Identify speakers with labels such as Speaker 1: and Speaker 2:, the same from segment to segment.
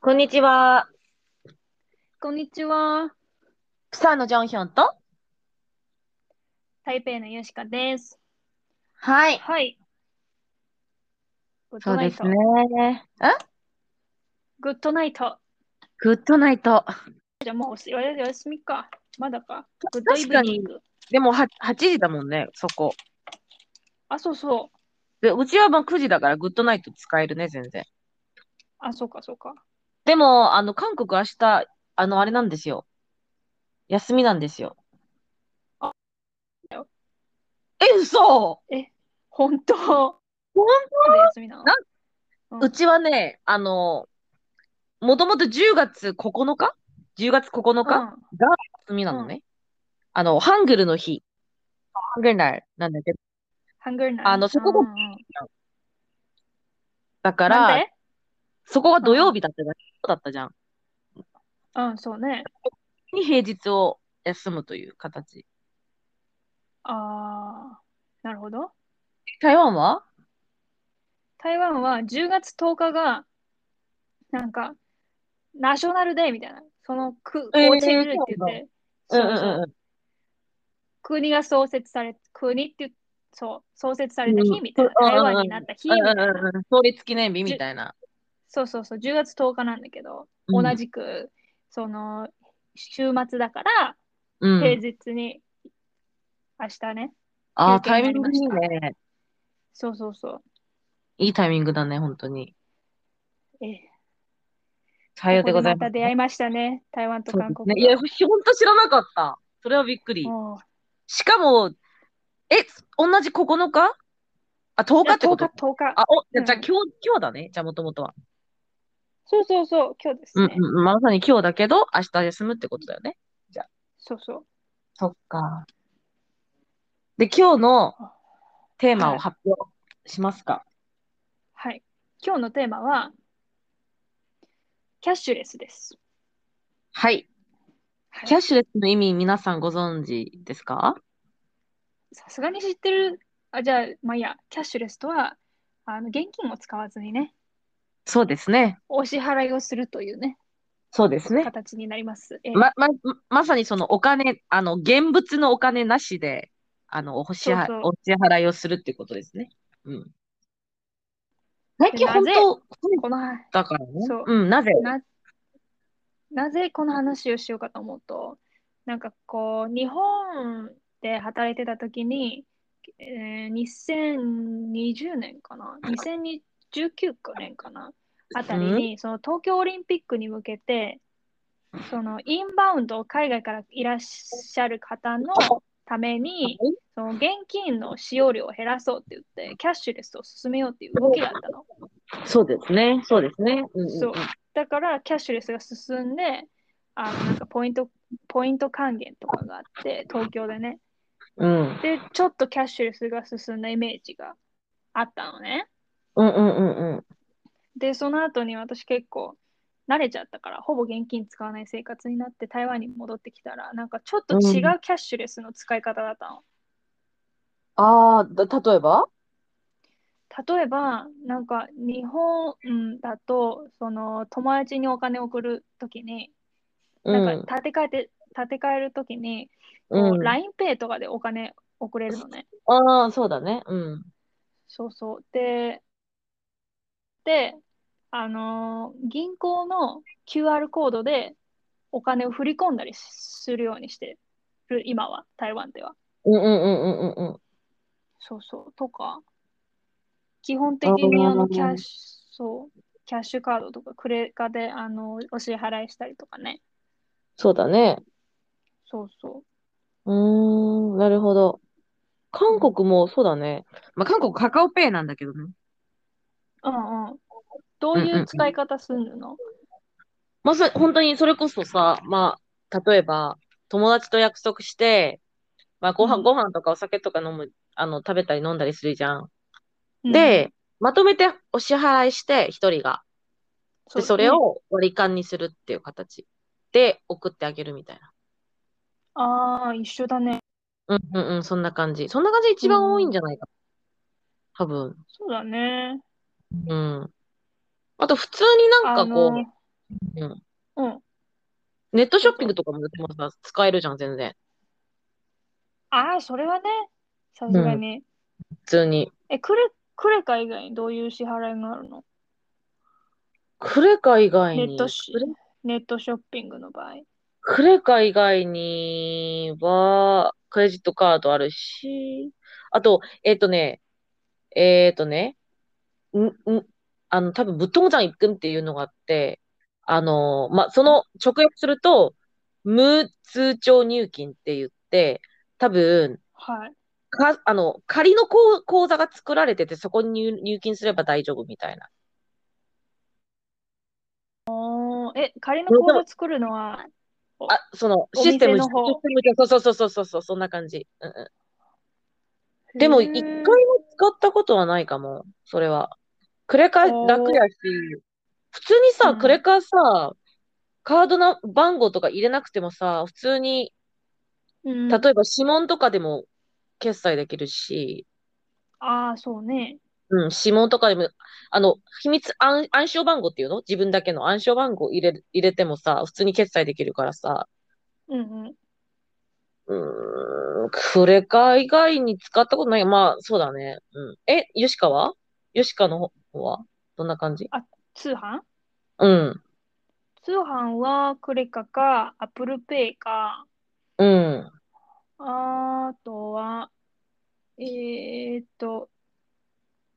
Speaker 1: こんにちは。
Speaker 2: こんにちは。
Speaker 1: 草野ジョンヒョンと。
Speaker 2: 台北のヨシカです。
Speaker 1: はい。
Speaker 2: はい。グッ
Speaker 1: そ
Speaker 2: ド
Speaker 1: う
Speaker 2: ナ
Speaker 1: で
Speaker 2: イ
Speaker 1: す
Speaker 2: ト。
Speaker 1: ね。え
Speaker 2: グッドナイト。
Speaker 1: グッドナイト。
Speaker 2: じゃあもうおしおやお休みか。まだか。グッドイ
Speaker 1: 確
Speaker 2: ブ
Speaker 1: か
Speaker 2: ニ
Speaker 1: に
Speaker 2: ング。
Speaker 1: でもは8時だもんね、そこ。
Speaker 2: あ、そうそう。
Speaker 1: で、うちはまあ9時だからグッドナイト使えるね、全然。
Speaker 2: あ、そうかそうか。
Speaker 1: でも、あの、韓国明日、あの、あれなんですよ。休みなんですよ。
Speaker 2: あ
Speaker 1: え、嘘
Speaker 2: 本当。本
Speaker 1: 本
Speaker 2: 当で休みなの
Speaker 1: なん
Speaker 2: う
Speaker 1: 当うんちはね、あの、もともと10月9日 ?10 月9日、
Speaker 2: うん
Speaker 1: 休みなのね。あの、ハングルの日。ハングルナルなんだけど。
Speaker 2: ハングルナイ
Speaker 1: あのそこが
Speaker 2: うんうんうん
Speaker 1: だか
Speaker 2: なん
Speaker 1: ら、
Speaker 2: で
Speaker 1: そこが土曜日だったじゃん。そうだったじゃん。
Speaker 2: うん、そうね。
Speaker 1: に平日を休むという形。
Speaker 2: あー、なるほど。
Speaker 1: 台湾は
Speaker 2: 台湾は10月10日が、なんか、ナショナルデーみたいな。その、く、
Speaker 1: えー
Speaker 2: 国庆日って言って。
Speaker 1: うんうん
Speaker 2: そうそう
Speaker 1: うん。
Speaker 2: 国が創設され、国っていう、そう、創設された
Speaker 1: う
Speaker 2: 日
Speaker 1: ん
Speaker 2: みたいな、
Speaker 1: うん
Speaker 2: 台湾になった日みたいな、
Speaker 1: うんうんうん創立記念日みたいな。
Speaker 2: そうそうそう、10月10日なんだけど、
Speaker 1: うん
Speaker 2: 同じく、その、週末だから、
Speaker 1: うん
Speaker 2: 平日に、明日ね、
Speaker 1: あー
Speaker 2: 休憩
Speaker 1: タ
Speaker 2: に
Speaker 1: イ
Speaker 2: な
Speaker 1: ミ
Speaker 2: り
Speaker 1: ング
Speaker 2: ま
Speaker 1: いい
Speaker 2: した
Speaker 1: ね。
Speaker 2: そうそうそ
Speaker 1: いいタイミングだね、本当に。
Speaker 2: う、え
Speaker 1: さようでござい
Speaker 2: ここ
Speaker 1: ま。
Speaker 2: ますた出会いましたね、台湾と
Speaker 1: そうで
Speaker 2: 韓
Speaker 1: すね
Speaker 2: 国
Speaker 1: いや、本当知らなかった。それはびっくり。
Speaker 2: もう
Speaker 1: しかも、え、同じ9日あ、10
Speaker 2: い
Speaker 1: 日
Speaker 2: や
Speaker 1: ってこ
Speaker 2: 10
Speaker 1: と
Speaker 2: 日、10日、
Speaker 1: あ、お、じゃあ
Speaker 2: うん
Speaker 1: 今日、今日だね。じゃあ、もともとは。
Speaker 2: そうそうそう、今日です
Speaker 1: うん
Speaker 2: ね、
Speaker 1: うんうん。まさに今日だけど、明日休むってことだよね。
Speaker 2: そうそう、
Speaker 1: そっか。で、今日のテーマを発表しますか。
Speaker 2: はい、今日のテーマは、キャッシュレスです。
Speaker 1: はい。
Speaker 2: はい
Speaker 1: キャッシュレスの意味、皆さんご存知ですか
Speaker 2: さすがに知ってる、あ、じゃあ、まあいいや、キャッシュレスとは、あの現金を使わずにね、
Speaker 1: そうですね。
Speaker 2: お支払いをするというね、
Speaker 1: そうですね。
Speaker 2: 形になります。ええ
Speaker 1: ま、ま、まさにそのお金、あの、現物のお金なしで、あの、お支払
Speaker 2: そう
Speaker 1: お支払いをするってことですね。うん。最近本
Speaker 2: なぜ
Speaker 1: 当、増え
Speaker 2: この
Speaker 1: たからね。
Speaker 2: そう
Speaker 1: うん、なぜ
Speaker 2: な、なぜこの話をしようかと思うと、なんかこう、日本で働いてた時に、えー2020年かな、2019年かな、あたりに、その東京オリンピックに向けて、そのインバウンドを海外からいらっしゃる方のために、その現金の使用量を減らそうって言って、キャッシュレスを進めようっていう動きだったの。
Speaker 1: そうですね。そうですね。うんうんうん
Speaker 2: そうだからキャッシュレスが進んで、あのなんかポイント、ポイント還元とかがあって、東京でね。
Speaker 1: うん。
Speaker 2: で、ちょっとキャッシュレスが進んだイメージがあったのね。
Speaker 1: うんうんうんうん。
Speaker 2: で、その後に私結構慣れちゃったから、ほぼ現金使わない生活になって台湾に戻ってきたら、なんかちょっと違うキャッシュレスの使い方だったの。
Speaker 1: ああ、だ例えば
Speaker 2: 例えば、なんか日本うんだと、その友達にお金を送るときに、なんか立て替えて、立て替えるときに、
Speaker 1: うん。うん
Speaker 2: LINEPay とかでお金送れるのね。
Speaker 1: ああ、そうだね。うん。
Speaker 2: そうそう。で、で、あのー銀行の QR コードでお金を振り込んだりするようにしてる、今は、台湾では。
Speaker 1: うんうんうんうんうん。
Speaker 2: そうそう。とか、基本的にあ
Speaker 1: あ
Speaker 2: の、
Speaker 1: ー
Speaker 2: キャッシュ、そう、キャッシュカードとかクレカで、あの、お支払いしたりとかね。
Speaker 1: そうだね。
Speaker 2: そうそう
Speaker 1: ーん、なるほど。韓国もそうだね。まあ、韓国カカオペイなんだけどね。
Speaker 2: う。うんうん。どういう使い方するの
Speaker 1: まあ、そ本当にそれこそさ、まあ、例えば、友達と約束して、まあ、ご
Speaker 2: う
Speaker 1: 飯、
Speaker 2: ん
Speaker 1: ご飯とかお酒とか飲む、あの、食べたり飲んだりするじゃん。
Speaker 2: うん、
Speaker 1: で、まとめてお支払いして、一人が。
Speaker 2: そ
Speaker 1: で、
Speaker 2: う
Speaker 1: それ
Speaker 2: ね
Speaker 1: を割り勘にするっていう形で送ってあげるみたいな。
Speaker 2: ああ、一緒だね。
Speaker 1: うんうんうん、そんな感じ。そんな感じ一番多いんじゃないか。多分。
Speaker 2: そうだね。
Speaker 1: うん。あと、普通になんかこう、
Speaker 2: あの
Speaker 1: うん。
Speaker 2: うん。
Speaker 1: ネットショッピングとかもでもさ、使えるじゃん、全然。
Speaker 2: ああ、それはね、さすがに。
Speaker 1: 普通に。
Speaker 2: え、クレ、クレカ以外にどういう支払いがあるの
Speaker 1: クレカ以外に。
Speaker 2: ネットし
Speaker 1: クレ
Speaker 2: ネットショッピングの場合。
Speaker 1: クレカ以外には、クレジットカードあるし、あと、えっとね、えっとね、ん、ん、あの、多分、ぶっともじゃん行くんっていうのがあって、あの、ま、その直訳すると、無通帳入金って言って、多分、
Speaker 2: はい。
Speaker 1: か、あの、仮の口口座が作られてて、そこに入入金すれば大丈夫みたいな。
Speaker 2: おーえ、仮の口座作るのは、
Speaker 1: あ、その、
Speaker 2: お
Speaker 1: システム、
Speaker 2: 店の方
Speaker 1: システム上そうそうそうそうそう、そんな感じ。うんうんでも、
Speaker 2: へー
Speaker 1: 一回も使ったことはないかも、それは。クレカ楽やし、普通にさ、
Speaker 2: うん
Speaker 1: クレカさ、カードの番号とか入れなくてもさ、普通に、
Speaker 2: うん、
Speaker 1: 例えば指紋とかでも決済できるし、
Speaker 2: ああ、そうね。
Speaker 1: うん、指紋とかでも、あの、秘密暗、暗証番号っていうの自分だけの暗証番号入れる、入れてもさ、普通に決済できるからさ、
Speaker 2: うんうん。
Speaker 1: うーん、クレカ以外に使ったことない。まあ、そうだね。うん。え、ヨシカはヨシカの方はどんな感じ
Speaker 2: 通販
Speaker 1: うん。
Speaker 2: 通販はクレカか、アップルペイか、
Speaker 1: うん。
Speaker 2: あとは、えーっと、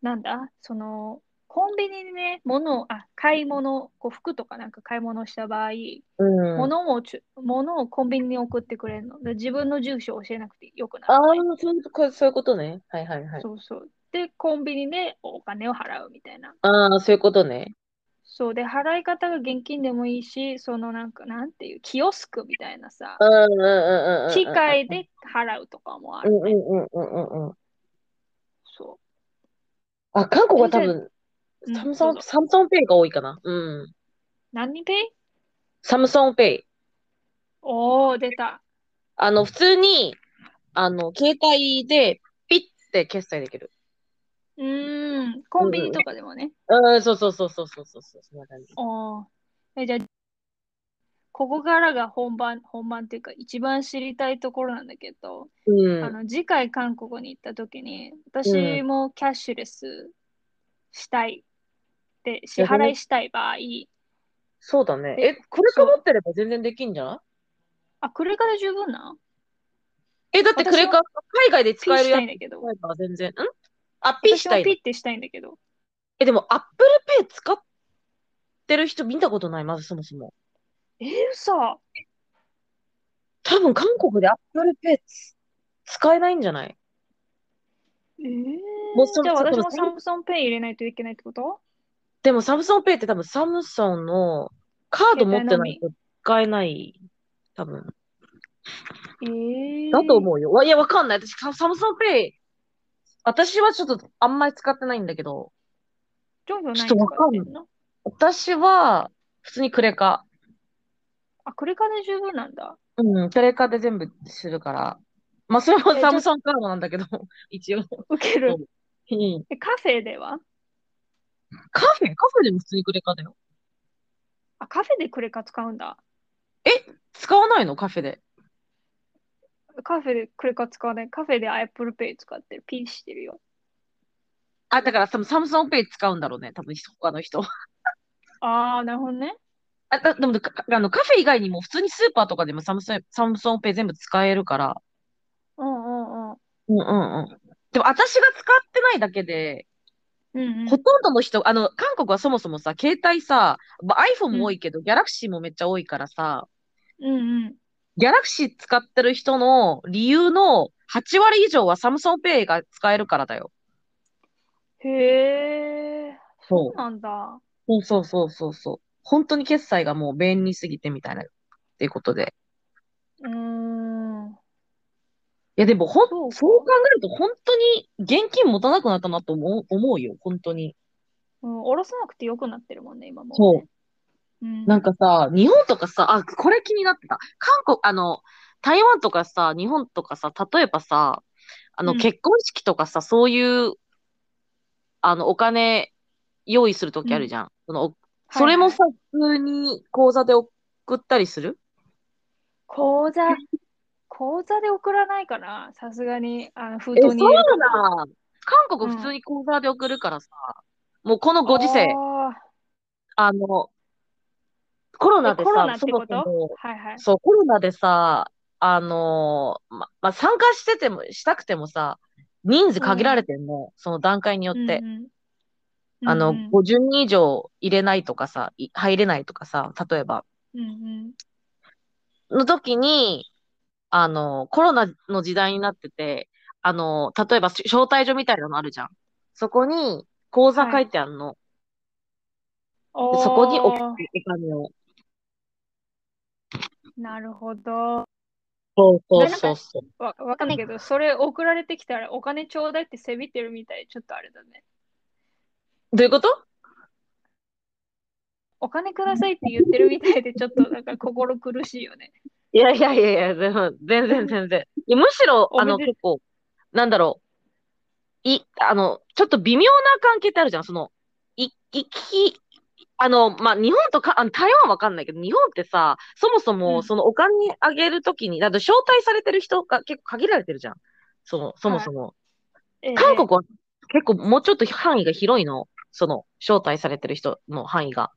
Speaker 2: なんだ、その、コンビニでね、物を、あ、買い物、こう服とかなんか買い物した場合、
Speaker 1: うん。あ
Speaker 2: 物をちゅ、物をコンビニに送ってくれるの。で自分の住所を教えなくてよくな
Speaker 1: あ
Speaker 2: る。
Speaker 1: ー、そういうこと、そういうことね。はいはいはい。
Speaker 2: そうそう。で、コンビニでお金を払うみたいな。
Speaker 1: ああ、そういうことね。
Speaker 2: そうで、払い方が現金でもいいし、そのなんか、なんていう、キオスクみたいなさ
Speaker 1: う、んうんうんうんうんうん。
Speaker 2: 機械で払うとかもあ
Speaker 1: うん
Speaker 2: る
Speaker 1: う
Speaker 2: ね。
Speaker 1: んうんうんうんうん。
Speaker 2: そ
Speaker 1: あ、韓国は多
Speaker 2: え
Speaker 1: 分、
Speaker 2: う。うん
Speaker 1: サム
Speaker 2: ど
Speaker 1: ソ
Speaker 2: う
Speaker 1: ン
Speaker 2: ぞ、
Speaker 1: サムソンペイが多いかな。うん。
Speaker 2: 何ペイ
Speaker 1: サムソンペイ。
Speaker 2: おー、出た。
Speaker 1: あの、普通に、あの、携帯で、ピッて決済できる。
Speaker 2: うーん、コンビニとかでもね。
Speaker 1: うん、そうそうそうそうそうそう、そんな感じ。
Speaker 2: おー。え、じゃあ、ここからが本番、本番っていうか、一番知りたいところなんだけど、
Speaker 1: うん。
Speaker 2: あの、次回韓国に行った時に、
Speaker 1: う
Speaker 2: 私もキャッシュレスしたい。で、支払いしたい場合、
Speaker 1: そうだね。
Speaker 2: え
Speaker 1: え、これか
Speaker 2: そう
Speaker 1: 持ってれば全然できんじゃな
Speaker 2: あ、クレカで十分なの
Speaker 1: いえ、だってクレカ、海外で
Speaker 2: ピ
Speaker 1: 使
Speaker 2: ー
Speaker 1: え
Speaker 2: し
Speaker 1: るや
Speaker 2: たいん
Speaker 1: つ
Speaker 2: だけど。
Speaker 1: 使えば全然。んあ、ピッ
Speaker 2: 私
Speaker 1: した
Speaker 2: も
Speaker 1: い
Speaker 2: ピ
Speaker 1: の。
Speaker 2: ッてしたいんだけど。
Speaker 1: え、でも、アップルペイ使ってる人見たことない、まずそもそも。
Speaker 2: えー、嘘。
Speaker 1: 多分、韓国でアップルペイつ使えないんじゃない
Speaker 2: えー
Speaker 1: もうそ
Speaker 2: じゃあ
Speaker 1: そ
Speaker 2: 私
Speaker 1: そ
Speaker 2: もサムソンペイ入れないといけないってこと
Speaker 1: でも、サムソンペイって多分、サムソンのカード持ってないと使えない。多分。
Speaker 2: えー、
Speaker 1: だと思うよ。わいや、わかんない。私、ササムソンペイ、私はちょっとあんまり使ってないんだけど、
Speaker 2: ジョンヒョン
Speaker 1: ちょっ
Speaker 2: 何
Speaker 1: とわ
Speaker 2: 使
Speaker 1: か
Speaker 2: っ
Speaker 1: ん
Speaker 2: て
Speaker 1: ない
Speaker 2: んの
Speaker 1: 私は、普通にクレカ。
Speaker 2: あ、クレカで十分なんだ。
Speaker 1: うん、テレカで全部するから。まあ、それも
Speaker 2: え
Speaker 1: サムソンカードなんだけど、 一応。
Speaker 2: ウケる
Speaker 1: そ。うん
Speaker 2: え、カフェでは
Speaker 1: カフェカフェでも普通にクレカだよ。
Speaker 2: あ、カフェでクレカ使うんだ。
Speaker 1: 使わないのカフェで。
Speaker 2: カフェでクレカ使わない。カフェで Apple Pay 使ってる。ピンしてるよ。
Speaker 1: あ、だから多分サムソンペイ使うんだろうね。多分他の人。
Speaker 2: あー、なるほどね。
Speaker 1: あ、だでもかあの、カフェ以外にも普通にスーパーとかでもサムソン、サムソンペイ全部使えるから。
Speaker 2: うんうん
Speaker 1: う
Speaker 2: うん。
Speaker 1: んうんうん。でも私が使ってないだけで、
Speaker 2: うんう
Speaker 1: ほ
Speaker 2: ん。
Speaker 1: とんどの人、あの、韓国はそもそもさ、携帯さ、まあ iPhone も多いけど、ギャラクシーもめっちゃ多いからさ、
Speaker 2: うんうん。
Speaker 1: ギャラクシー使ってる人の理由の8割以上はサムソンペイが使えるからだよ。
Speaker 2: へえ、そうなんだ。
Speaker 1: そうそうそうそうそう。本当に決済がもう便利すぎてみたいな、っていうことで。
Speaker 2: うーん。
Speaker 1: いやでもほん、
Speaker 2: そうか
Speaker 1: そう考えると本当に現金持たなくなったなと思う、思うよ。本当に。
Speaker 2: うん、下ろさなくてよくなってるもんね、今もう
Speaker 1: そう
Speaker 2: ね。うん、
Speaker 1: なんかさ、日本とかさ、あ、これ気になってた。韓国、あの、台湾とかさ、日本とかさ、例えばさ、あの、
Speaker 2: うん
Speaker 1: 結婚式とかさ、そういう、あの、お金用意するときあるじゃん。その、お
Speaker 2: はい
Speaker 1: それも
Speaker 2: はい。
Speaker 1: さ、普通に口座で送ったりする
Speaker 2: 口座、口座で送らないかなさすがに、あの、封
Speaker 1: え、
Speaker 2: 筒に
Speaker 1: そ
Speaker 2: 入
Speaker 1: う
Speaker 2: れるとか。
Speaker 1: だ。韓
Speaker 2: う
Speaker 1: 国普通
Speaker 2: ん。
Speaker 1: に口座で送るからさ、もうこのご時世、
Speaker 2: ああ。
Speaker 1: あの、コロ
Speaker 2: え、
Speaker 1: ナで
Speaker 2: コロ
Speaker 1: さ、
Speaker 2: ナっ
Speaker 1: そ
Speaker 2: て
Speaker 1: も
Speaker 2: こ
Speaker 1: そ
Speaker 2: と
Speaker 1: も、
Speaker 2: はいはい。
Speaker 1: そう、コロナでさ、あのーま、まあ、参加してても、したくてもさ、人数
Speaker 2: う
Speaker 1: 限られ
Speaker 2: ん。
Speaker 1: てんの、その段階によ
Speaker 2: う
Speaker 1: っ
Speaker 2: ん
Speaker 1: て。
Speaker 2: うん。う
Speaker 1: あ
Speaker 2: んう
Speaker 1: の、
Speaker 2: ん。
Speaker 1: 50人以上入れないとかさ、い入れないとかさ、例えば、
Speaker 2: うん
Speaker 1: の時に、あの、コロナの時代になってて、あの、例えばし招待状みたいなのあるじゃん。そこに、口座
Speaker 2: は
Speaker 1: 書
Speaker 2: い。
Speaker 1: いてあんの。で、そこにお、
Speaker 2: おー、
Speaker 1: お金を。
Speaker 2: なるほど。
Speaker 1: そうそう
Speaker 2: な、なん
Speaker 1: そう
Speaker 2: か、
Speaker 1: そう。
Speaker 2: わ、わかんないけど、それ送られてきたらお金ちょうだいってせびってるみたい。ちょっとあれだね。
Speaker 1: どういうこと
Speaker 2: お金くださいって言ってるみたいで、ちょっとなんか心苦しいよね。
Speaker 1: いやいやいやいや、でも、全然全然。いやむしろ、
Speaker 2: お
Speaker 1: あ
Speaker 2: め
Speaker 1: の、
Speaker 2: で、
Speaker 1: 結構、なんだろう、い、あの、ちょっと微妙な関係ってあるじゃん。その、い、行き、あの、まあ、日本とか、あの、台湾わかんないけど、日本ってさ、そもそうも、
Speaker 2: ん。
Speaker 1: そのお金あげるときに、だって招待されてる人が結構限られてるじゃん。その、そも
Speaker 2: は
Speaker 1: そも。
Speaker 2: い。
Speaker 1: 韓
Speaker 2: え
Speaker 1: 国は結構もうちょっと範囲が広いの。その、招待されてる人の範囲が。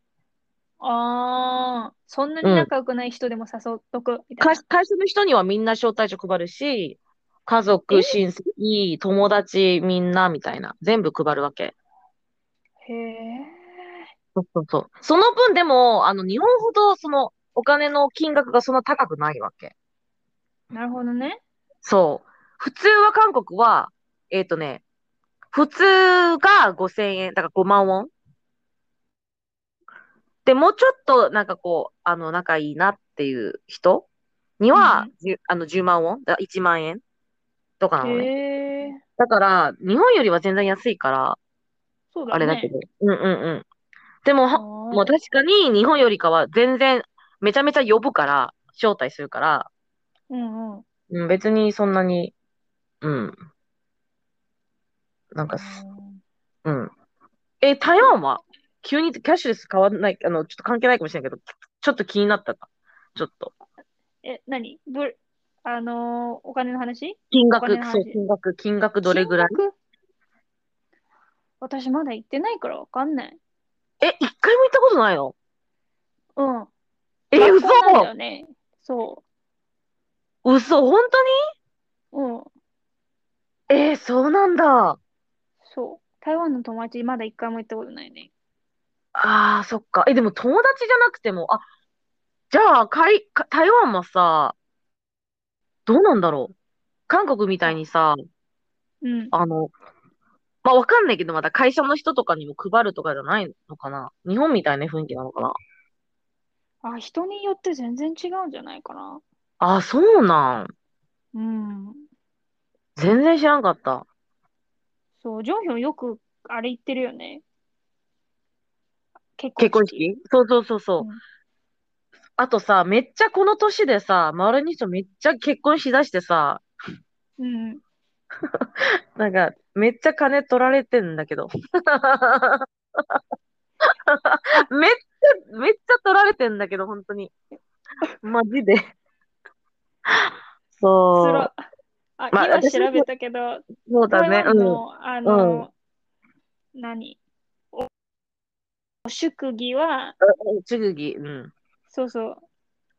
Speaker 2: ああー、そんなに
Speaker 1: うん。
Speaker 2: 仲良くない人でも誘っとくみた
Speaker 1: 会、
Speaker 2: いな。
Speaker 1: 会社の人にはみんな招待状配るし、家
Speaker 2: え
Speaker 1: 族、親戚、友達、みんな、みたいな。全部配るわけ。
Speaker 2: へえ。
Speaker 1: そうそうそう。その分でも、あの、日本ほど、その、お金の金額がそんな高くないわけ。
Speaker 2: なるほどね。
Speaker 1: そう。普通は韓国は、えっとね、普通が5000円、だから5万ウォン。で、もうちょっと、なんかこう、あの、仲いいなっていう人に
Speaker 2: うん
Speaker 1: は、
Speaker 2: う。
Speaker 1: じゅあの、10万ウォン、だから1万円とかなんのね。
Speaker 2: へえ。
Speaker 1: だから、日本よりは全然安いから、
Speaker 2: そう
Speaker 1: あ
Speaker 2: だ
Speaker 1: れだけ
Speaker 2: ね。
Speaker 1: ど。うんうんうん。でも、
Speaker 2: あ
Speaker 1: はもう
Speaker 2: あ。
Speaker 1: 確かに日本よりかは全然、めちゃめちゃ呼ぶから、招待するから、
Speaker 2: うんうん。
Speaker 1: うん、別にそんなに、うん、なん
Speaker 2: う
Speaker 1: かす、
Speaker 2: ん
Speaker 1: うん。え、台湾は急にキャッシュレス変わんない、あの、ちょっと関係ないかもしれないけど、ちょっと気になったな。ちょっと。
Speaker 2: え、何どれ、あのーお金の話
Speaker 1: 金
Speaker 2: お金
Speaker 1: 額、
Speaker 2: の
Speaker 1: そう、
Speaker 2: 話。
Speaker 1: 金額、金額ど
Speaker 2: 金
Speaker 1: れぐらい
Speaker 2: 額私まだ行ってないからわかんない。
Speaker 1: え、一回も行ったことないの
Speaker 2: うん。
Speaker 1: え、
Speaker 2: 学
Speaker 1: 嘘
Speaker 2: 校なんだよね。そ
Speaker 1: 嘘本当に
Speaker 2: う。うん。
Speaker 1: えーそうなんだ。
Speaker 2: そう。台湾の友達まだ一回も行ったことないね。
Speaker 1: ああ、そっか。え、でも友達じゃなくても、あ、じゃあ、かい、か台湾もさ、どうなんだろう。韓国みたい
Speaker 2: あ、
Speaker 1: にさ、
Speaker 2: うん。
Speaker 1: あの、まあ、わかんないけど、まだ会社の人とかにも配るとかじゃないのかな。日本みたいな雰囲気なのかな。
Speaker 2: あ、人によって全然違うんじゃないかな。
Speaker 1: ああ、そうなん。
Speaker 2: うん。
Speaker 1: 全然知らんかった。
Speaker 2: そう。ジョンヒョンよくあれ行ってるよね。結
Speaker 1: 結
Speaker 2: 婚
Speaker 1: 婚
Speaker 2: 式。
Speaker 1: 式そうそうそう
Speaker 2: う
Speaker 1: そう。
Speaker 2: ん。
Speaker 1: あとさ、めっちゃこの年でさ、周りの人めっちゃ結婚しだしてさ、
Speaker 2: うん。
Speaker 1: なんか、めっちゃ金取られてんだけど。
Speaker 2: あ、
Speaker 1: めっちゃ、めっちゃ取られてんだけど、本当に。マジで。
Speaker 2: つ
Speaker 1: そ
Speaker 2: ら。あ、
Speaker 1: う。まあ、
Speaker 2: 今
Speaker 1: 私
Speaker 2: 調
Speaker 1: も
Speaker 2: べたけど、
Speaker 1: そうだ
Speaker 2: 台
Speaker 1: ね。
Speaker 2: 湾
Speaker 1: うん。
Speaker 2: の、あ
Speaker 1: うん。
Speaker 2: のー何祝儀は、
Speaker 1: 祝儀。うん。
Speaker 2: そうそう。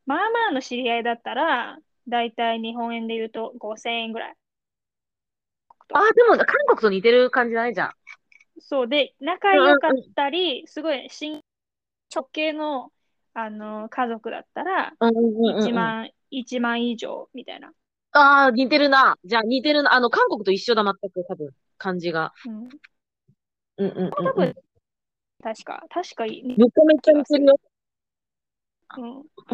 Speaker 2: まあまあの知り合いだったら、だいたい日本円で言うと5000円ぐらい。
Speaker 1: ああ、でも、韓国と似てる感じないじゃん。
Speaker 2: そうで、仲
Speaker 1: うん
Speaker 2: 良
Speaker 1: うん
Speaker 2: かっ
Speaker 1: うん。
Speaker 2: たり、すごい親直系の、あの家族だったら、
Speaker 1: うんうん
Speaker 2: 1
Speaker 1: うんうん。
Speaker 2: 万、1万以上みたいな。
Speaker 1: ああ、似てるな。じゃあ、似てるな。あの、韓国と一緒だ、全く、多分、感じが。
Speaker 2: う
Speaker 1: う
Speaker 2: ん。
Speaker 1: んうん
Speaker 2: 韓
Speaker 1: うんう
Speaker 2: 国、
Speaker 1: ん。
Speaker 2: 確か、確かいい
Speaker 1: めちゃめち
Speaker 2: 気
Speaker 1: ゃ
Speaker 2: が
Speaker 1: 似て
Speaker 2: す
Speaker 1: る
Speaker 2: る。
Speaker 1: よ。
Speaker 2: うん。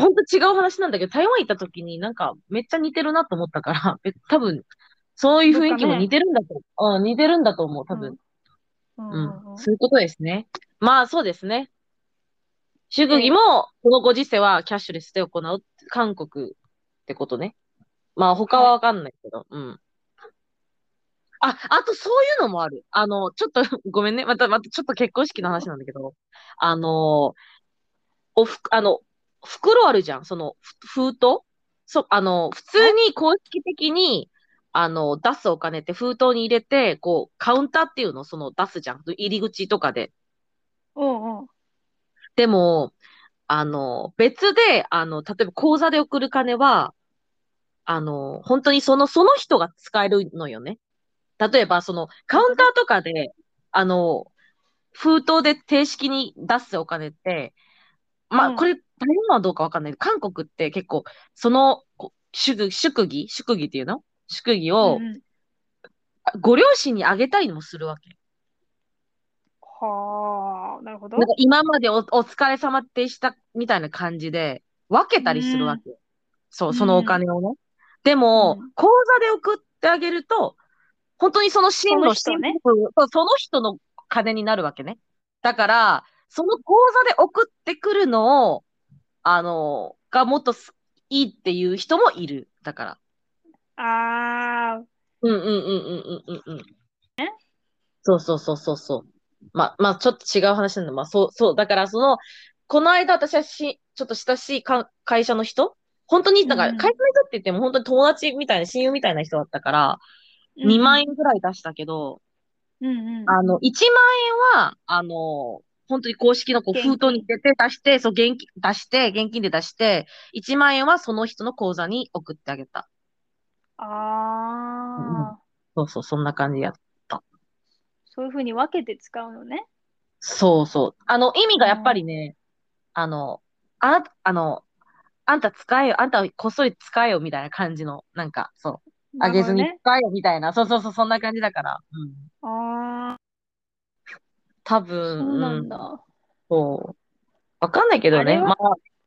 Speaker 1: ほんと違う話なんだけど、台湾行った時になんかめっちゃ似てるなと思ったから、 え、多分、そういう
Speaker 2: どっ
Speaker 1: 雰囲
Speaker 2: か
Speaker 1: 気も似
Speaker 2: ね。
Speaker 1: てるんだと、うん、似てるんだと思う、多
Speaker 2: うん。う
Speaker 1: 分。
Speaker 2: んう
Speaker 1: うん。
Speaker 2: んうん。
Speaker 1: そういうことですね。まあ、そうですね。祝儀
Speaker 2: え、
Speaker 1: も、このご時世はキャッシュレスで行う、韓国ってことね。まあ、他
Speaker 2: は。
Speaker 1: はいわかんないけど、うん。あ、あとそういうのもある。あの、ちょっと ごめんね。また、またちょっと結婚式の話なんだけど、あの、おふ、あの、袋あるじゃん。その、ふ封筒そ、あの、普通に公式的に、あの、出すお金って封筒に入れて、こう、カウンターっていうの、その、出すじゃん。入り口とかで。
Speaker 2: うんうん。
Speaker 1: でも、あの、別で、あの、例えば口座で送る金は、あの、本当にその、その人が使えるのよね。例えば、その、カウンターとかで、あの、封筒で定式に出すお金って、まあ、
Speaker 2: うん
Speaker 1: これ、日本はどうかわかんないけど、韓国って結構、その、こ祝、祝儀祝儀っていうの祝儀
Speaker 2: う
Speaker 1: を
Speaker 2: ん、うん。
Speaker 1: ご両親にあげたりもするわけ。
Speaker 2: はあ、なるほど。
Speaker 1: なんか今までお、お疲れ様ってしたみたいな感じで、分けたりするわけ。そう、そのお金をね。でも
Speaker 2: うん、
Speaker 1: 口座で送ってあげると、本当にその進路、
Speaker 2: その人ね
Speaker 1: 進路そうその人の金になるわけね。だから、その口座で送ってくるのを、あの、がもっとすいいっていう人もいる。だから。
Speaker 2: ああ、
Speaker 1: うんうんうんうんうんうんうん。そうそうそうそうそう。まあ、まあ、ちょっと違う話なんだ。まあ、そうそう。だから、その、この間、私はし、ちょっと親しいか会社の人本当に、だから、
Speaker 2: うん
Speaker 1: 会社の人って言っても、本当に友達みたいな、親友みたいな人だったから、
Speaker 2: うん
Speaker 1: 2万円ぐらい出したけど、
Speaker 2: うんうん。
Speaker 1: あの、1万円は、あの、本当に公式のこう
Speaker 2: 現金
Speaker 1: 封筒に出て出して、そう、現金、出して、現金で出して、1万円はその人の口座に送ってあげた。
Speaker 2: ああ、
Speaker 1: そうそう、そんな感じやった。
Speaker 2: そういうふうに分けて使うのね。
Speaker 1: そうそう。あの、意味がやっぱりね、あの、あな、あの、あんた使えよ、あんたこっそり使えよみたいな感じの、なんか、そう、あげずに
Speaker 2: なる
Speaker 1: 使えよみたいな、そうそうそう、そんな感じだから、うん。
Speaker 2: ほどね。ああ、
Speaker 1: 多
Speaker 2: そ
Speaker 1: 分、
Speaker 2: うな
Speaker 1: うんん、
Speaker 2: だ。
Speaker 1: そう。わかんないけど
Speaker 2: あれ
Speaker 1: ね、
Speaker 2: は
Speaker 1: まあ、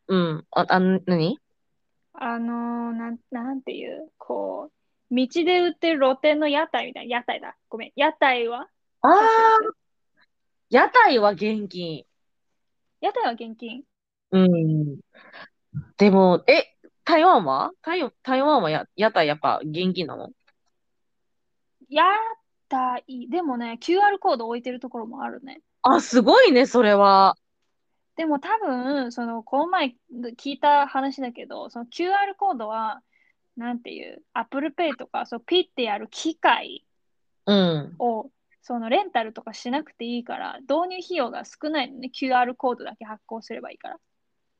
Speaker 1: うん、あ、あ、何
Speaker 2: あのー、なん、なんていう、こう、道で売ってる露店の屋台みたいな、屋台だ。ごめん、屋台は
Speaker 1: あ
Speaker 2: 出す
Speaker 1: あ、
Speaker 2: やつ
Speaker 1: 屋台は現金。
Speaker 2: 屋台は現金。
Speaker 1: うん。でも、え、台湾は台、台湾はや、屋台やっぱ現金なの
Speaker 2: 屋台、でもね、QR コード置いてるところもあるね。
Speaker 1: あ、すごいね、それは。
Speaker 2: でも多分、その、この前聞いた話だけど、その QR コードは、なんていう、Apple Pay とか、そう、ピッてやる機械
Speaker 1: うん。
Speaker 2: を、そのレンタルとかしなくていいから、導入費用が少ないのね、QR コードだけ発行すればいいから。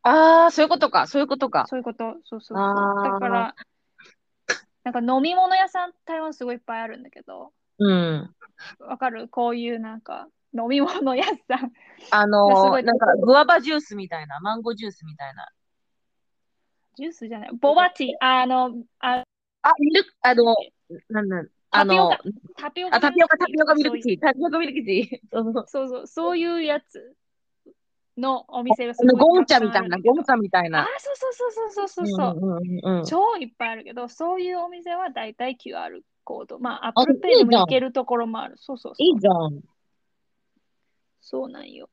Speaker 1: ああ、そういうことか、そういうことか。
Speaker 2: そういうこと、そうそうそう。
Speaker 1: あー
Speaker 2: だから、なんか飲み物屋さん、台湾すごいいっぱいあるんだけど、
Speaker 1: うん。
Speaker 2: わかるこういうなんか、飲み物屋さん。
Speaker 1: あ
Speaker 2: いやす
Speaker 1: の
Speaker 2: ご
Speaker 1: ー
Speaker 2: い
Speaker 1: なんか、グアバジュースみたいな、マンゴージュースみたいな。
Speaker 2: ジュースじゃない。ボバティー、あの、あ
Speaker 1: あ、ミルク、あの、なんなん、あの、
Speaker 2: タピオカ
Speaker 1: あ、タピオカ、タピオカミル
Speaker 2: そ
Speaker 1: ク
Speaker 2: ういう
Speaker 1: ティー、タピオカミルクティー。そうそう
Speaker 2: そうそう、そういうやつのお店がす
Speaker 1: あの、ゴ
Speaker 2: ご
Speaker 1: ン
Speaker 2: い
Speaker 1: チャ
Speaker 2: たく
Speaker 1: みた
Speaker 2: さん
Speaker 1: い
Speaker 2: あるんだ
Speaker 1: な、
Speaker 2: けど
Speaker 1: ゴンチャみたい
Speaker 2: あー
Speaker 1: な。、
Speaker 2: そうそうそうそうそうそうそう。
Speaker 1: うんうんうんうん。
Speaker 2: 超いっぱいあるけど、そういうお店はだいたい QR コード。ま
Speaker 1: あ
Speaker 2: あ、Apple
Speaker 1: い
Speaker 2: Pay
Speaker 1: い
Speaker 2: でも
Speaker 1: じゃん
Speaker 2: いけるところもある。そうそうそう。
Speaker 1: いいじゃん。
Speaker 2: そうなんよ。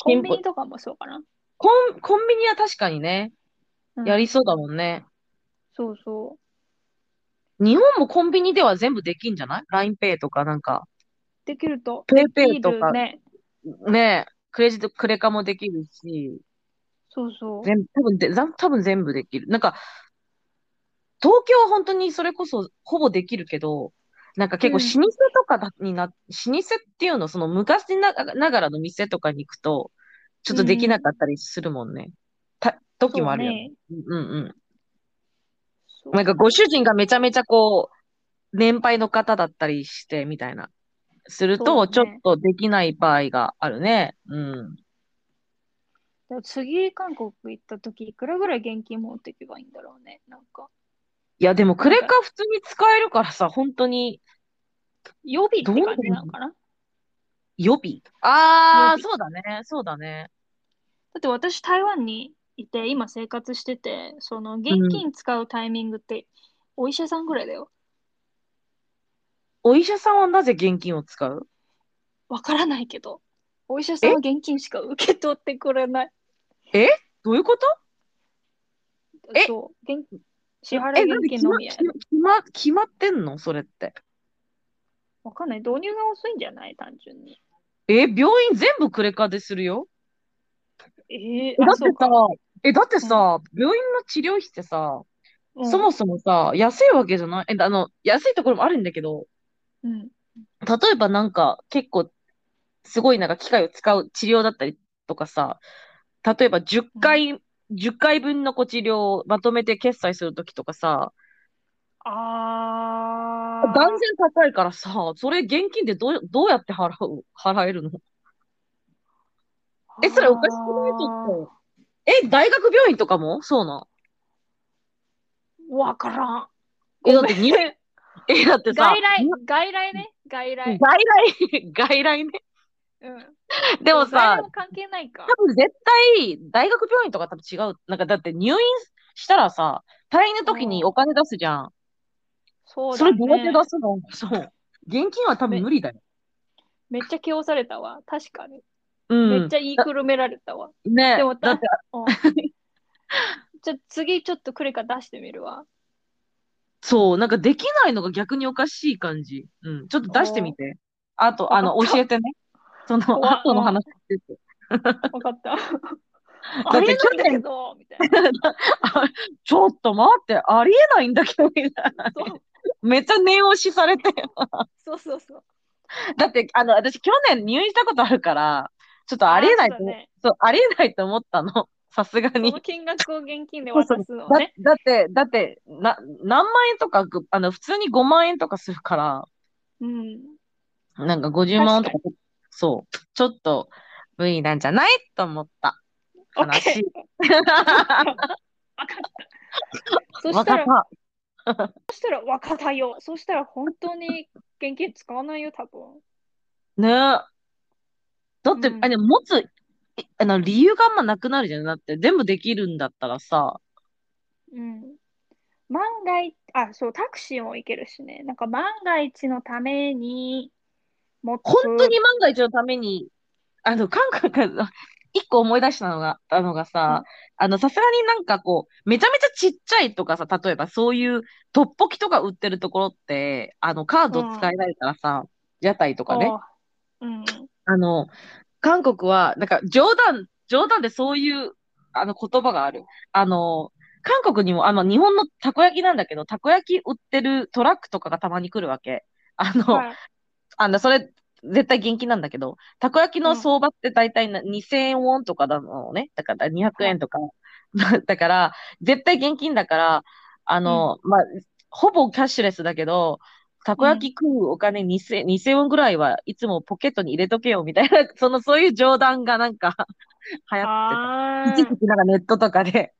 Speaker 2: コ
Speaker 1: コ
Speaker 2: ン
Speaker 1: ン
Speaker 2: ビニとかもそうかな。
Speaker 1: コン、コンビニは確かにね、
Speaker 2: うん
Speaker 1: やりそうだもんね。
Speaker 2: そうそう。
Speaker 1: 日本もコンビニでは全部できんじゃない ?LINEPay とかなんか、
Speaker 2: できると、
Speaker 1: ペイペ
Speaker 2: でき
Speaker 1: イと
Speaker 2: る
Speaker 1: か、
Speaker 2: ね。
Speaker 1: ね、クレジット、クレカもできるし、
Speaker 2: そうそう。
Speaker 1: 全部、多分で、ざん多分全部できる。なんか、東京は本当にそれこそほぼできるけど、なんか結構
Speaker 2: う
Speaker 1: 老舗とかだにな、老舗っていうの、その昔ながながらの店とかに行くと、ちょっとできなかったりするもんね。た、時
Speaker 2: そ
Speaker 1: も
Speaker 2: う
Speaker 1: あるよね。
Speaker 2: ね。
Speaker 1: うんうんう
Speaker 2: そう
Speaker 1: ん。なんかご主人がめちゃめちゃこう、年配の方だったりして、みたいな。する
Speaker 2: そう
Speaker 1: と、
Speaker 2: ね
Speaker 1: ちょっとできない場合があるね。うん。
Speaker 2: でも次、韓国行った時、いくらぐらい現金持っていけばいいんだろうね。なんか、
Speaker 1: いや、でもクレカ普通に使えるからさ、本当に
Speaker 2: 予備って感じなのかなだ
Speaker 1: 予備。ああ、
Speaker 2: 予備
Speaker 1: そうだね。そうだね。
Speaker 2: って私、台湾にいて、今生活してて、その現金使うタイミングって、お医者さんぐらいだよ。
Speaker 1: お医者さんはなぜ現金を使う
Speaker 2: わからないけど、お医者さんは現金しか受け取ってくれない。
Speaker 1: どういうことえ
Speaker 2: そう、現支
Speaker 1: え、
Speaker 2: 払い
Speaker 1: なん
Speaker 2: 現
Speaker 1: で
Speaker 2: 金
Speaker 1: 決
Speaker 2: の
Speaker 1: ま、
Speaker 2: みや。
Speaker 1: 決ま、決まってんのそれって。
Speaker 2: わかんない。導入が遅いんじゃない単純に。
Speaker 1: え、病院全部クレカでするよ。
Speaker 2: え
Speaker 1: え
Speaker 2: ー、
Speaker 1: だ
Speaker 2: あ、
Speaker 1: って
Speaker 2: そうか。
Speaker 1: さ、え、だってさ、病院の治療費ってさ、
Speaker 2: う
Speaker 1: そ
Speaker 2: ん。
Speaker 1: もそもさ、安いわけじゃない。え、あの、安いところもあるんだけど、
Speaker 2: うん。
Speaker 1: 例えばなんか結構すごいなんか機械を使う治療だったりとかさ、例えば10
Speaker 2: うん。
Speaker 1: 回、10回分のこう治療をまとめて決済するときとかさ、断
Speaker 2: あ
Speaker 1: 然高いからさ、それ現金でどう、どうやって払う、払えるの
Speaker 2: ー、
Speaker 1: え、それおかしくないち
Speaker 2: あ
Speaker 1: ょっと。え、大学病院とかもそうなん。
Speaker 2: ー、わからん。
Speaker 1: え、
Speaker 2: ご
Speaker 1: だっ
Speaker 2: めん。
Speaker 1: てに、 え、だってさ、
Speaker 2: 外来、
Speaker 1: に
Speaker 2: 外来ね。外
Speaker 1: 外
Speaker 2: 来。
Speaker 1: 来、 外来ね。
Speaker 2: うん。
Speaker 1: で
Speaker 2: で
Speaker 1: も
Speaker 2: も外
Speaker 1: さ、
Speaker 2: 来も関係ないか。
Speaker 1: 多分絶対、大学病院とか多分違う。なんかだって入院したらさ、退院の時に
Speaker 2: う
Speaker 1: お
Speaker 2: ん。
Speaker 1: 金出すじゃん。
Speaker 2: そう
Speaker 1: それ
Speaker 2: だ
Speaker 1: どうやって出
Speaker 2: ね。
Speaker 1: すのそう。現金は多分
Speaker 2: め、
Speaker 1: 無理だよ。
Speaker 2: めっちゃ気をされたわ。確かに。め
Speaker 1: う
Speaker 2: っ
Speaker 1: ん。
Speaker 2: ちゃ言い
Speaker 1: だ
Speaker 2: くるめられたわ。で
Speaker 1: ね
Speaker 2: も
Speaker 1: だって、
Speaker 2: た、うん。じゃ、次ちょっとクレカ出してみるわ。
Speaker 1: そう、なんかできないのが逆におかしい感じ。うん。ちょっと出して
Speaker 2: お
Speaker 1: み
Speaker 2: ー、
Speaker 1: て。あと、
Speaker 2: わ
Speaker 1: あ
Speaker 2: かっ
Speaker 1: の、教え
Speaker 2: た。
Speaker 1: てね。その、
Speaker 2: 怖、
Speaker 1: 後の
Speaker 2: うん。
Speaker 1: 話 してて。
Speaker 2: わかっ
Speaker 1: だ
Speaker 2: た。あ
Speaker 1: っ
Speaker 2: りえ
Speaker 1: て去
Speaker 2: ないんだけ
Speaker 1: 年、
Speaker 2: ど、みたいな。
Speaker 1: あちょっと待って、ありえないんだけど、みたいな
Speaker 2: そ
Speaker 1: ね。
Speaker 2: う、
Speaker 1: めっちゃ念押しされて。
Speaker 2: そうそうそう。
Speaker 1: だって、あの、私、去年入院したことあるから、ちょっとあり
Speaker 2: あ
Speaker 1: え
Speaker 2: あ、
Speaker 1: ない
Speaker 2: そうだ
Speaker 1: と思、
Speaker 2: ね。
Speaker 1: そう、ありえないと思ったの。さすが
Speaker 2: その
Speaker 1: に。
Speaker 2: 金額を現金で
Speaker 1: そうそ
Speaker 2: 渡
Speaker 1: う。
Speaker 2: すの
Speaker 1: だ、
Speaker 2: ね。
Speaker 1: だって、だって、な、何万円とかぐ、あの、普通に5万円とかするから、
Speaker 2: うん。
Speaker 1: なんか50
Speaker 2: 確
Speaker 1: 万と
Speaker 2: か
Speaker 1: か、
Speaker 2: に。
Speaker 1: そう、ちょっと無理なんじゃないと思った。
Speaker 2: オッ
Speaker 1: 悲し
Speaker 2: ケ
Speaker 1: い。
Speaker 2: ー。
Speaker 1: わ
Speaker 2: わかった。わかった。そした
Speaker 1: かっ
Speaker 2: ら、
Speaker 1: た。
Speaker 2: そしたらわかったよ。そしたら本当に現金使わないよ、多分。
Speaker 1: ねえ。だっ
Speaker 2: う
Speaker 1: て、あれ、
Speaker 2: ん。
Speaker 1: 持つ、えあの、理由があんまなくなるじゃん。だって、全部できるんだったらさ、
Speaker 2: うん。万が一、あ、そう、タクシーも行けるしね。なんか万が一のために持
Speaker 1: 本当
Speaker 2: つ。
Speaker 1: に万が一のために、あの、韓国が、一個思い出したのが、あのが
Speaker 2: う
Speaker 1: さ、
Speaker 2: ん。
Speaker 1: あの、さすがになんかこう、めちゃめちゃちっちゃいとかさ、例えばそういう、トッポキとか売ってるところって、あの、カー
Speaker 2: う
Speaker 1: ド使え
Speaker 2: ん。
Speaker 1: ないからさ、屋台とかね。
Speaker 2: おう。うん。
Speaker 1: あの、韓国は、なんか冗談、冗談でそういう、あの、言葉がある。あの、韓国にも、あの、日本のたこ焼きなんだけど、たこ焼き売ってるトラックとかがたまに来るわけ。あの、
Speaker 2: はい。
Speaker 1: あの、それ、絶対現金なんだけど、たこ焼き
Speaker 2: う
Speaker 1: の
Speaker 2: ん。
Speaker 1: 相場って大体な2000ウォンとかなのね。だから200
Speaker 2: は
Speaker 1: 円
Speaker 2: い。
Speaker 1: とか。 だから、絶対現金だから、あ
Speaker 2: うん。
Speaker 1: の、まあ、ほぼキャッシュレスだけど、た
Speaker 2: う
Speaker 1: こ
Speaker 2: ん。
Speaker 1: 焼き食うお金2000、2000ウォンぐらいはいつもポケットに入れとけよみたいな、 その、そういう冗談がなんか 流行ってた。一
Speaker 2: あ
Speaker 1: 時期なんかネットとかで、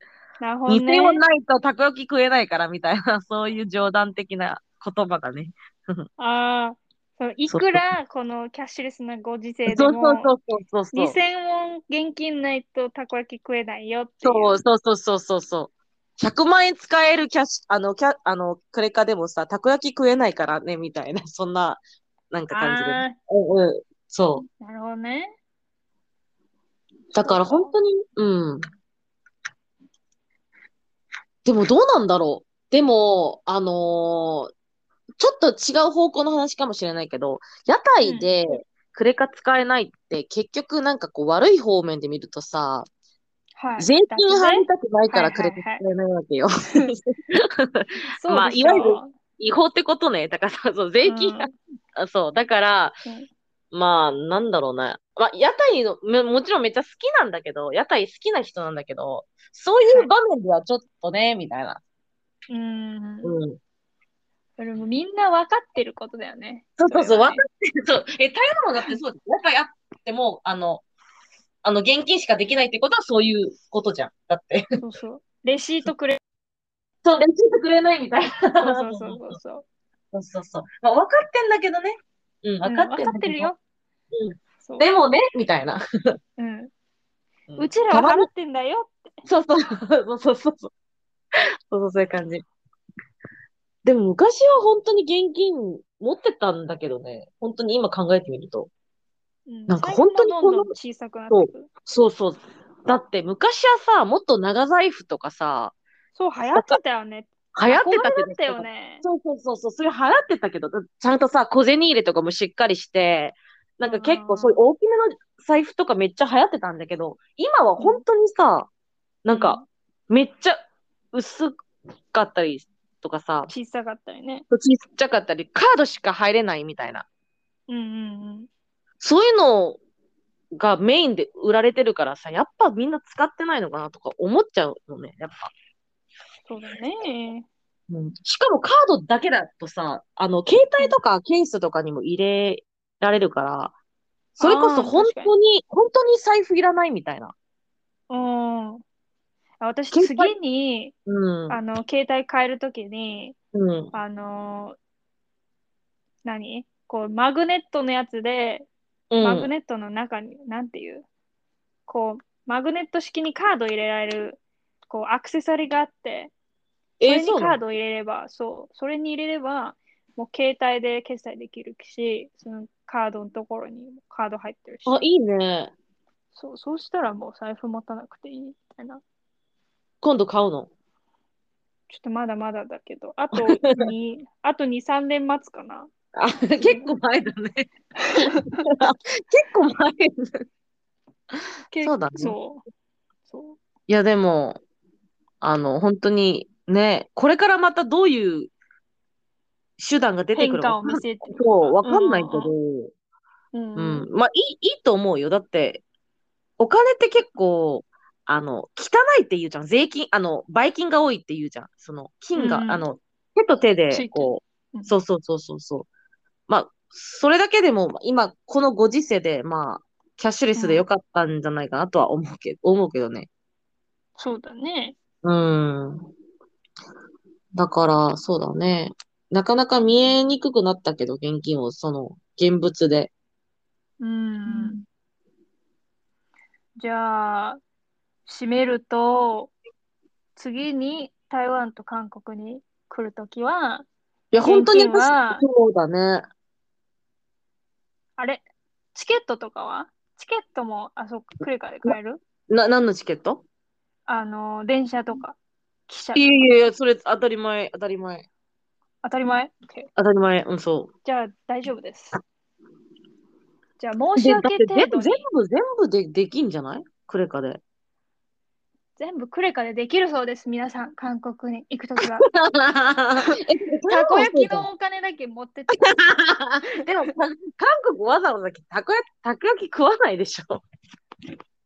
Speaker 2: ー、なるほど
Speaker 1: 2000ウォン
Speaker 2: ね。
Speaker 1: ないとたこ焼き食えないからみたいな、そういう冗談的な言葉がね。
Speaker 2: ああ、そう、い
Speaker 1: そう
Speaker 2: く
Speaker 1: そう。
Speaker 2: らこのキャッシュレスなご時世で
Speaker 1: そうそうそ
Speaker 2: も、
Speaker 1: うそうそうそう。
Speaker 2: 2000ウォン現金ないとたこ焼き食えないよってい。
Speaker 1: そううそうそうそうそうそう。100万円使えるキャッシュ、あの、キャ、あの、クレカでもさ、たこ焼き食えないからね、みたいな、 そんな、なんか感じで。
Speaker 2: ああ、
Speaker 1: うんうん。そう。
Speaker 2: なるほどね。
Speaker 1: だ
Speaker 2: そ
Speaker 1: か
Speaker 2: う
Speaker 1: ら
Speaker 2: か。
Speaker 1: 本当に、うん。でもどうなんだろう。でも、あのーちょっと違う方向の話かもしれないけど、屋
Speaker 2: う
Speaker 1: 台
Speaker 2: ん。
Speaker 1: でクレカ使えないって結局なんかこう悪い方面で見るとさ、
Speaker 2: はい。
Speaker 1: 税金
Speaker 2: 脱税
Speaker 1: 入りたくないか
Speaker 2: はい
Speaker 1: らク
Speaker 2: は
Speaker 1: レ
Speaker 2: い
Speaker 1: カ
Speaker 2: はい。
Speaker 1: 使えないわけよ。
Speaker 2: そう
Speaker 1: ま
Speaker 2: で
Speaker 1: あ、い
Speaker 2: し
Speaker 1: わゆる
Speaker 2: ょう。
Speaker 1: 違法ってことね。だからさ、そう、
Speaker 2: う
Speaker 1: 税金が、
Speaker 2: ん。
Speaker 1: あそう、だから、
Speaker 2: うん。
Speaker 1: まあ、なんだろうな。まあ、屋台の、めもちろんめっちゃ好きなんだけど、屋台好きな人なんだけど、そうい
Speaker 2: は
Speaker 1: う
Speaker 2: い。
Speaker 1: 場面ではちょっとね、みたいな。
Speaker 2: うん。
Speaker 1: うん。
Speaker 2: それもみんなわかってることだよね。
Speaker 1: そう
Speaker 2: そ
Speaker 1: そう
Speaker 2: れ
Speaker 1: そう、
Speaker 2: は
Speaker 1: 分か
Speaker 2: ね。
Speaker 1: って る。そう、え、台湾だってそうです。屋台あっても、あの、あの、現金しかできないってことはそういうことじゃん。だって。
Speaker 2: そうそう。レシートくれ。
Speaker 1: そう、レシートくれないみたい
Speaker 2: そう
Speaker 1: な。
Speaker 2: そうそうそうそう。
Speaker 1: そうそうそう。まあ、分かってんだけどね。うん、
Speaker 2: う
Speaker 1: 分か
Speaker 2: ん。
Speaker 1: っ
Speaker 2: わ
Speaker 1: て
Speaker 2: か
Speaker 1: ん
Speaker 2: っ
Speaker 1: だ
Speaker 2: て
Speaker 1: け
Speaker 2: る
Speaker 1: ど。
Speaker 2: よ。
Speaker 1: うん。
Speaker 2: そ
Speaker 1: でもね、みたいな。
Speaker 2: う。うん。
Speaker 1: う。
Speaker 2: うんちら
Speaker 1: た
Speaker 2: は
Speaker 1: ま
Speaker 2: 払
Speaker 1: に、
Speaker 2: ってんだよ。
Speaker 1: そうそう、そうそうそうそう。そうそう、そういう感じ。でも昔は本当に現金持ってたんだけどね、本当に今考えてみると、
Speaker 2: うん、
Speaker 1: なんか
Speaker 2: 財布
Speaker 1: 本当
Speaker 2: も
Speaker 1: に
Speaker 2: どん
Speaker 1: こ
Speaker 2: ど
Speaker 1: の、
Speaker 2: ん小さくなっ
Speaker 1: そ
Speaker 2: て
Speaker 1: う、
Speaker 2: くる。
Speaker 1: そうそう。だって昔はさ、もっと長財布とかさ、
Speaker 2: そう、流
Speaker 1: な
Speaker 2: 行っ
Speaker 1: んか
Speaker 2: てたよね。
Speaker 1: 流行ってたけど
Speaker 2: だったよね。
Speaker 1: そうそうそうそう、それ流行ってたけど、ちゃんとさ、小銭入れとかもしっかりして、なんか結
Speaker 2: あー
Speaker 1: 構そういう大きめの財布とかめっちゃ流行ってたんだけど、今は本当にさ、なんかめっちゃ薄かったりとかさ
Speaker 2: うん、、小さかったよね。
Speaker 1: ちっちゃかったり、カードしか入れないみたいな。
Speaker 2: うんうんうん。
Speaker 1: そういうのがメインで売られてるからさ、やっぱみんな使ってないのかなとか思っちゃうのね、やっぱ。
Speaker 2: そうだね。
Speaker 1: しかもカードだけだとさ、あの、携帯とかケースとかにも入れられるから、それこそ
Speaker 2: あー
Speaker 1: 本当に、本当に財布いらないみたいな。
Speaker 2: うん。あ私、
Speaker 1: 携帯
Speaker 2: 次に、
Speaker 1: うん。
Speaker 2: あの、携帯変えるときに、
Speaker 1: うん。
Speaker 2: あの、何こう、マグネットのやつで、
Speaker 1: うん。
Speaker 2: マグネットの中に、なんていう、こう、マグネット式にカード入れられる、こう、アクセサリーがあって、そ
Speaker 1: え
Speaker 2: れ
Speaker 1: ー、
Speaker 2: に
Speaker 1: そう
Speaker 2: カ
Speaker 1: な
Speaker 2: ー
Speaker 1: の
Speaker 2: ドを入れれば、そう、それに入れれば、もう携帯で決済できるし、そのカードのところにカード入ってるし、
Speaker 1: あ、いいね。
Speaker 2: そう、そうしたらもう財布持たなくていいみたいな。
Speaker 1: 今度買うの。
Speaker 2: ちょっとまだまだだけど、あと 2、あと2、3年待つかな。
Speaker 1: あ、結構前だ ね。 結構前。
Speaker 2: け
Speaker 1: そうだね
Speaker 2: そう。そう。
Speaker 1: いや、でも、あの、本当に、ね、これからまたどういう手段が出てく
Speaker 2: 変
Speaker 1: る
Speaker 2: 化
Speaker 1: か
Speaker 2: を見せてる
Speaker 1: そう、わかんないけど、
Speaker 2: うん
Speaker 1: う
Speaker 2: うん
Speaker 1: ん。まあ、いい、いいと思うよ。だって、お金って結構、あの、汚いって言うじゃん。税金、あの、ばい菌が多いって言うじゃん。その、菌が、
Speaker 2: うん
Speaker 1: あの、手と手
Speaker 2: ついて
Speaker 1: で、
Speaker 2: る
Speaker 1: こ
Speaker 2: うん
Speaker 1: う、そうそうそうそうそう。まあ、それだけでも、今、このご時世で、まあ、キャッシュレスでよかったんじゃないかなとは思うけ、思うけどね。
Speaker 2: そうだね。
Speaker 1: うん。だから、そうだね。なかなか見えにくくなったけど、現金を、その、現物で。
Speaker 2: うん。じゃあ、閉めると、次に台湾と韓国に来るときは、
Speaker 1: いや、本当に
Speaker 2: 現金は
Speaker 1: そうだね。
Speaker 2: あれ、チケットとかはチケットも、あ、そうか、クレカで買える
Speaker 1: な、何のチケット
Speaker 2: あの、電車とか、汽車と
Speaker 1: い
Speaker 2: か
Speaker 1: やいやいや、それ当たり前、当たり前。
Speaker 2: 当たり前 ?OK。
Speaker 1: 当たり前、うん、そう。
Speaker 2: じゃあ大丈夫です。じゃあ申し訳
Speaker 1: でだって
Speaker 2: 程度
Speaker 1: 全
Speaker 2: に
Speaker 1: 部、全部で、できんじゃないクレカで。
Speaker 2: 全部クレカでできるそうです。皆さん、韓国に行くときは。
Speaker 1: え、
Speaker 2: たこ焼きのお金だけ持って って。
Speaker 1: でも、韓国わざわざたこ焼き、たこ焼き食わないでしょ。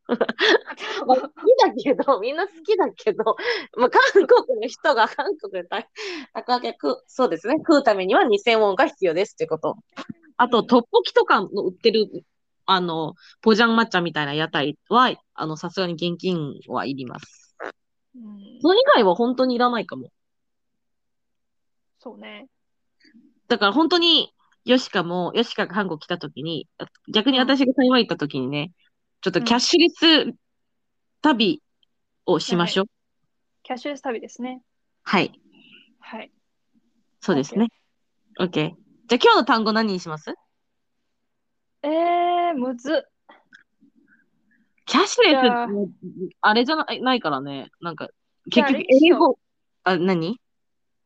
Speaker 1: まあ好きだけど、みんな好きだけど、まあ、韓国の人が韓国でたたこ焼きを食う、そうですね、食うためには2000ウォンが必要ですってこと。あと、トッポキとかの売ってる、あの、ポジャン抹茶みたいな屋台は、あの、さすがに現金はいります。
Speaker 2: うん
Speaker 1: それ以外は本当にいらないかも。
Speaker 2: そうね。
Speaker 1: だから本当に、ヨシカも、ヨシカが韓国来た時に、逆に私が台湾行った時にね、ちょっとキャッシュレス旅をしましょう。
Speaker 2: キャッシュレス旅ですね。
Speaker 1: はい。
Speaker 2: はい。
Speaker 1: そうですね。OK。じゃあ今日の単語何にします
Speaker 2: えー、むずっ。
Speaker 1: キャッシュレス
Speaker 2: じゃあ
Speaker 1: あれじゃなないからね。なんか、
Speaker 2: じゃ
Speaker 1: 結局
Speaker 2: ああれにし
Speaker 1: 英
Speaker 2: よう
Speaker 1: 語、あ、何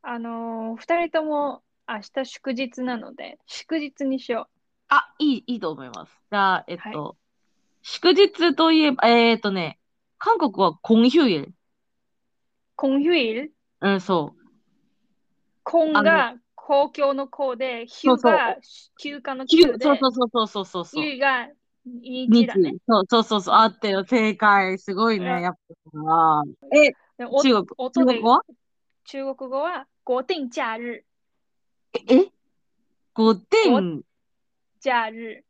Speaker 2: あのー、二人とも明日祝日なので、祝日にしよ
Speaker 1: あ、いい、いいと思います。じゃあ、えっと、祝日といえば、えーっとね、韓国はコンヒュイル。
Speaker 2: う。コンヒュイル
Speaker 1: うん、そう。
Speaker 2: コン
Speaker 1: あの
Speaker 2: が公共の公で、ヒ
Speaker 1: そ
Speaker 2: ュ
Speaker 1: うそう
Speaker 2: が休暇の
Speaker 1: ヒュ
Speaker 2: 休
Speaker 1: イ
Speaker 2: で、
Speaker 1: そうそうそうそうそうそう。
Speaker 2: イルが日
Speaker 1: 日
Speaker 2: だね。
Speaker 1: そうそうそうそう、あったよ、正解。すごいね、
Speaker 2: え
Speaker 1: やっぱ。え、
Speaker 2: でお
Speaker 1: 中国、
Speaker 2: 音
Speaker 1: 中
Speaker 2: で
Speaker 1: 国語は
Speaker 2: 中国語は国定假日、
Speaker 1: え五点、
Speaker 2: 假日。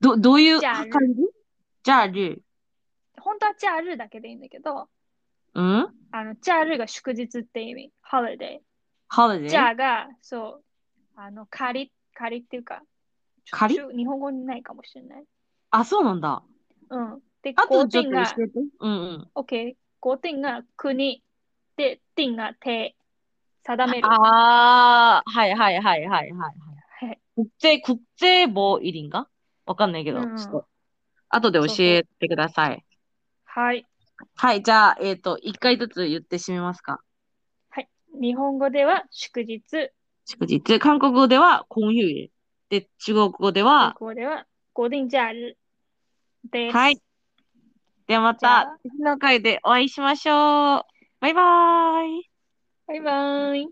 Speaker 1: ど、どういう
Speaker 2: じゃあ
Speaker 1: 感じじゃあ、る。
Speaker 2: 本当は假日だけでいいんだけど、
Speaker 1: うん
Speaker 2: あの、假日が祝日って意味、ホリデ
Speaker 1: holiday?
Speaker 2: ー。假が、そう、あの、仮、仮っていうか、ちょ
Speaker 1: 仮
Speaker 2: 中日本語にないかもしれない。
Speaker 1: あ、そうなんだ。
Speaker 2: うん。で、
Speaker 1: あ
Speaker 2: ゴ
Speaker 1: と
Speaker 2: ー
Speaker 1: ちょ
Speaker 2: テ
Speaker 1: っと
Speaker 2: ィン
Speaker 1: 教
Speaker 2: が、
Speaker 1: えて。うんうん。
Speaker 2: OK、ゴーティンが国、で、ティンが定、定める。
Speaker 1: ああ、はいはいはいはいはい。
Speaker 2: はい。
Speaker 1: 国際、国際棒入りんがわかんないけど、
Speaker 2: うん
Speaker 1: ちょっと。後で教えてください。
Speaker 2: はい。
Speaker 1: はい、じゃあ、えっと、一回ずつ言ってしみますか。
Speaker 2: はい。日本語では祝日、
Speaker 1: 祝日。韓国語では公休日。で、中国語では
Speaker 2: 韓、国では固定假日です。
Speaker 1: はい。ではま
Speaker 2: じゃ
Speaker 1: た
Speaker 2: あ、
Speaker 1: 次の回でお会いしましょう。バイバーイ。
Speaker 2: バイバイ。